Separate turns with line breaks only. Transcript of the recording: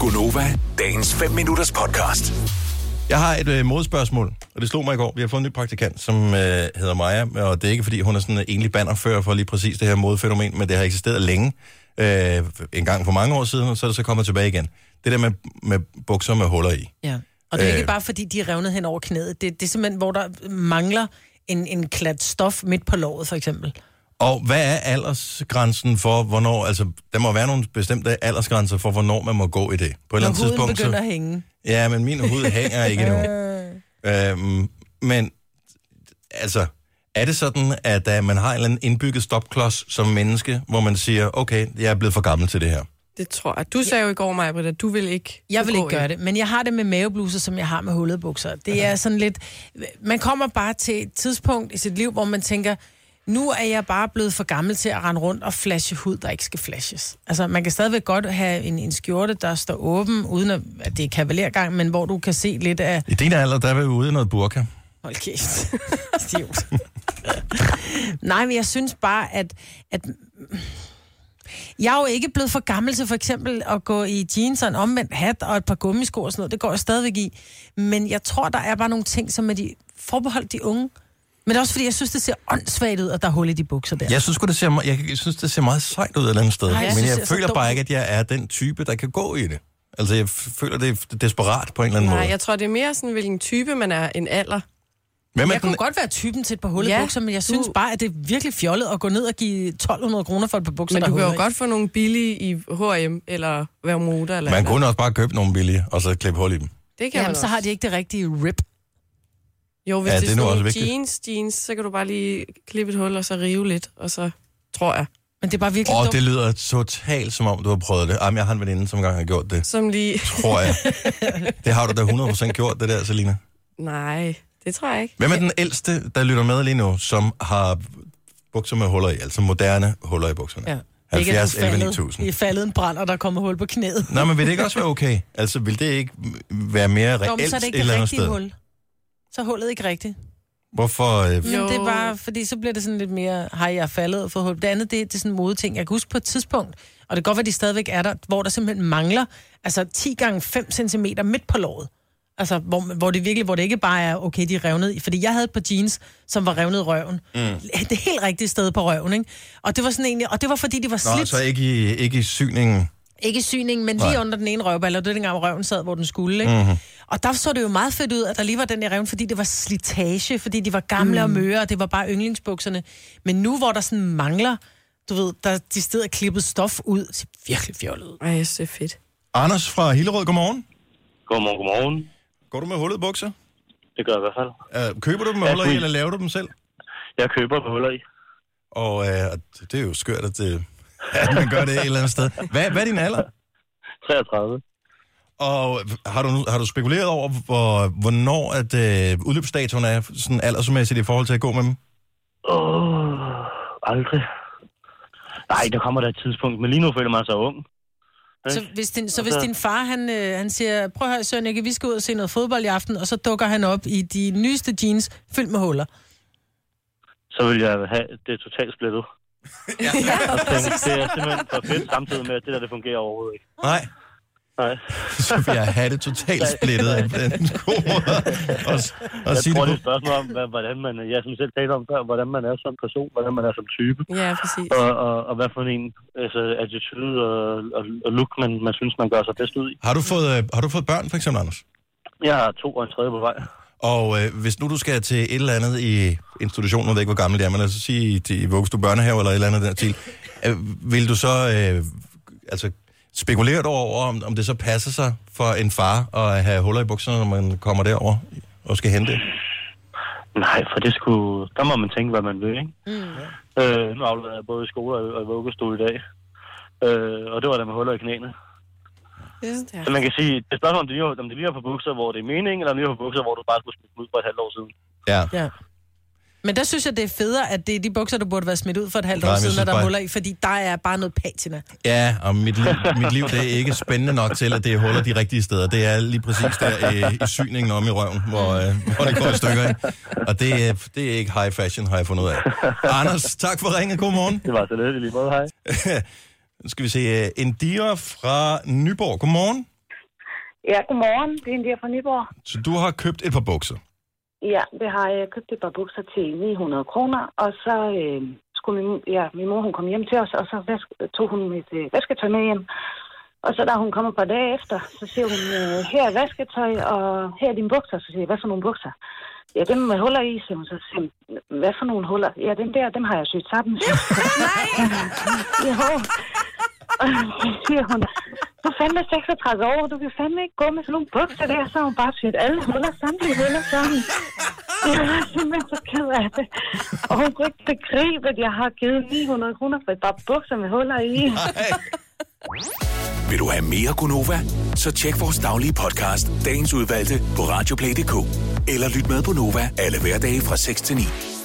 Gunova, dagens 5 minutters podcast.
Jeg har et øh, modspørgsmål, og det slog mig i går. Vi har fået en ny praktikant, som øh, hedder Maja, og det er ikke, fordi hun er sådan øh, egentlig bannerfører for lige præcis det her modfænomen, men det har eksisteret længe. Øh, en gang for mange år siden, og så er det så kommet tilbage igen. Det der med, med bukser med huller i.
Ja. Og det er øh...
Øh.
ikke bare, fordi de er revnet hen over knæet. Det, det er simpelthen, hvor der mangler en, en klat stof midt på låret, for eksempel.
Og hvad er aldersgrænsen for, hvornår... Altså, der må være nogle bestemte aldersgrænser for, hvornår man må gå i det. På et eller
Når
andet
huden
tidspunkt...
begynder
så,
at hænge.
Ja, men min hud hænger ikke endnu.
Øh.
øhm, men altså, er det sådan, at uh, man har en eller anden indbygget stopklods som menneske, hvor man siger, okay, jeg er blevet for gammel til det her?
Det tror jeg. Du sagde jo i går, Maja, at du vil ikke...
Jeg vil
gå
ikke gøre
ind.
det, men jeg har det med mavebluser, som jeg har med hullede bukser. Det er sådan lidt... Man kommer bare til et tidspunkt i sit liv, hvor man tænker, nu er jeg bare blevet for gammel til at rende rundt og flashe hud, der ikke skal flashes. Altså, man kan stadigvæk godt have en, en skjorte, der står åben, uden at, at det er kavalergang, men hvor du kan se lidt af...
I din alder, der er vi ude i noget burka.
Hold kæft. Stivt. Nej, men jeg synes bare, at, at... Jeg er jo ikke blevet for gammel til for eksempel at gå i jeans og en omvendt hat og et par gummisko og sådan noget. Det går jeg stadigvæk i. Men jeg tror, der er bare nogle ting, som er de forbeholdt de unge. Men det er også fordi, jeg synes, det ser åndssvagt ud, at der er hul i de bukser der.
Jeg synes, sgu, det ser, me- jeg synes, det ser meget sejt ud et eller andet sted,
Ej, jeg
men
synes,
jeg
det er så
føler
dumt.
bare ikke, at jeg er den type, der kan gå i det. Altså, jeg f- føler, det er desperat på en eller anden
Nej,
måde.
jeg tror, det er mere sådan, hvilken type man er, en alder.
Hvem er
Jeg
den,
kunne godt være typen til et par hullede ja,
Ja,
bukser, men jeg synes
du-
bare, at det er virkelig fjollet at gå ned og give 1200 kroner for et par bukser,
Men
der
du
er
kan
huller
jo
i.
godt få nogle billige i H&M, eller Vermuda, eller...
man
eller.
kunne også bare købe nogle billige, og så klippe hul i dem.
Det kan
Jamen,
man
så har de ikke det rigtige rip.
Jo, hvis
Ja,
ja, det
det
er
er nu
sådan
også
nogle
vigtigt.
jeans, jeans, så kan du bare lige klippe et hul, og så rive lidt, og så tror jeg.
Men det er bare virkelig
Åh,
dumt.
det lyder totalt, som om du har prøvet det. Jamen, jeg har en veninde, som engang har gjort det.
Som lige...
tror jeg. Det har du da 100% gjort, det der, Selina.
Nej, det tror jeg ikke.
Hvem er den ældste, der lytter med lige nu, som har bukser med huller i? Altså moderne huller i bukserne.
Ja.
70,
Ikke, at du
11,
faldet- I er
9000.
faldet en brand, og der kommer hul på knæet.
Nå, men vil det ikke også være okay? Altså, vil det ikke være mere
Nå, men
reelt
så er det
et
ikke
eller
det
andet
rigtige
sted?
hul. Så er hullet ikke rigtigt.
Hvorfor? Øh,
Men
Jo.
Mm, det er bare, fordi så bliver det sådan lidt mere, har jeg er faldet og fået hul. Det andet, det, det er sådan en modeting. Jeg kan huske på et tidspunkt, og det kan godt være, de stadigvæk er der, hvor der simpelthen mangler altså 10 gange 5 cm midt på låret. Altså, hvor, hvor det virkelig, hvor det ikke bare er, okay, de er revnet. i. Fordi jeg havde et par jeans, som var revnet i røven. Mm. Det helt rigtige sted på røven, ikke? Og det var sådan egentlig, og det var fordi, de var slidt.
nå, så ikke i, ikke i syningen.
Ikke i syningen, men
Nej. Mhm.
lige under den ene røvballe, og det er dengang, hvor røven sad, hvor den skulle. Ikke? Mm-hmm. Og der så det jo meget fedt ud, at der lige var den der revne, fordi det var slitage, fordi de var gamle mm. og møre, og det var bare yndlingsbukserne. Men nu, hvor der sådan mangler, du ved, der de steder klippet stof ud, det ser virkelig fjollet ud.
Ej, jeg synes, det er fedt.
Anders fra Hillerød, godmorgen.
Godmorgen, godmorgen.
Går du med hullet bukser?
Det gør jeg i hvert fald.
Uh, køber du dem med
Ja,
huller i,
fint.
eller laver du dem selv?
Jeg køber med huller i.
Og uh, det er jo skørt, at, det, at man gør det et eller andet sted. Hvad, hvad er din alder?
33.
Og har du, har du spekuleret over, hvor, hvornår at, øh, udløbsdatoen er sådan aldersmæssigt i forhold til at gå med dem?
Åh, aldrig. Nej, der kommer der et tidspunkt, men lige nu føler man sig ung.
Så hvis din, så hvis din far, han, øh, han siger, prøv at høre, Søren, Jekke, vi skal ud og se noget fodbold i aften, og så dukker han op i de nyeste jeans, fyldt med huller.
Så vil jeg have det totalt splittet. ja, tænke, det er simpelthen for fedt samtidig med, at det der det fungerer overhovedet ikke.
Nej,
Nej.
så vil jeg have det totalt splittet af den gode måde at, s- at
Jeg
sige
tror,
det
det er
på.
et spørgsmål om, hvad- hvordan man, jeg som selv talte om før, hvordan man er som person, hvordan man er som type,
Ja, præcis.
og, og, og hvad for en altså, attitude og, og, og look, man, man synes, man gør sig bedst ud i.
Har du, fået, øh, har du fået børn, for eksempel, Anders?
Jeg har to og en tredje på vej.
Og øh, hvis nu du skal til et eller andet i institutionen, jeg ved ikke, hvor gammel det er, men lad os sige til Vugstue Børnehave eller et eller andet der til, øh, vil du så øh, altså, spekulere du over, om, om det så passer sig for en far at have huller i bukserne, når man kommer derover og skal hente det?
Nej, for det skulle... Der må man tænke, hvad man vil, ikke? Mm. Øh, nu afleverer jeg både i skole og, og i vuggestue i dag. Øh, og det var der med huller i knæene.
Ja.
Så man kan sige, det er et spørgsmål, om det lige, var- om det lige var på bukser, hvor det er mening, eller om det lige var på bukser, hvor du bare skulle smide dem ud for et halvt år siden.
Ja.
Ja. Men der synes jeg, det er federe, at det er de bukser, der burde være smidt ud for et halvt
Nej,
år
men jeg
siden,
synes
når der er
bare-
huller i, fordi der er bare noget patina.
Ja, og mit liv, mit liv det er ikke spændende nok til, at det huller de rigtige steder. Det er lige præcis der øh, i syningen om i røven, hvor, øh, hvor det går i stykker. Ikke? Og det, er- det er ikke high fashion, har jeg fundet ud af. Anders, tak for ringet. God morgen.
Det var så lidt i lige måde, hej.
Nu skal vi se øh, en Indira fra Nyborg. Godmorgen.
Ja, godmorgen. Det er en der fra Nyborg.
Så du har købt et par bukser.
Ja, det har jeg købt et par bukser til 900 kroner, og så øh, skulle min, ja, min mor hun kom hjem til os, og så vask, tog hun mit øh, vasketøj med hjem. Og så da hun kommer et par dage efter, så siger hun, øh, her er vasketøj, og her er dine bukser. Så siger jeg, hvad for nogle bukser? Ja, dem med huller i, siger hun. Så siger hun, hvad for nogle huller? Ja, dem der, dem har jeg syet sammen. Nej! jo. Og så siger hun, du er fandme 36 år, du kan fandme ikke gå med sådan nogle bukser der, så har hun bare syet alle huller, samtlige huller sammen. Jeg var simpelthen så ked af det. Og hun kunne ikke begribe, at jeg har givet 900 kroner for et par bukser med huller i.
Vil du have mere Gunova? Så tjek vores daglige podcast, dagens udvalgte, på radioplay.dk. Eller lyt med på Nova alle hverdage fra 6 til 9.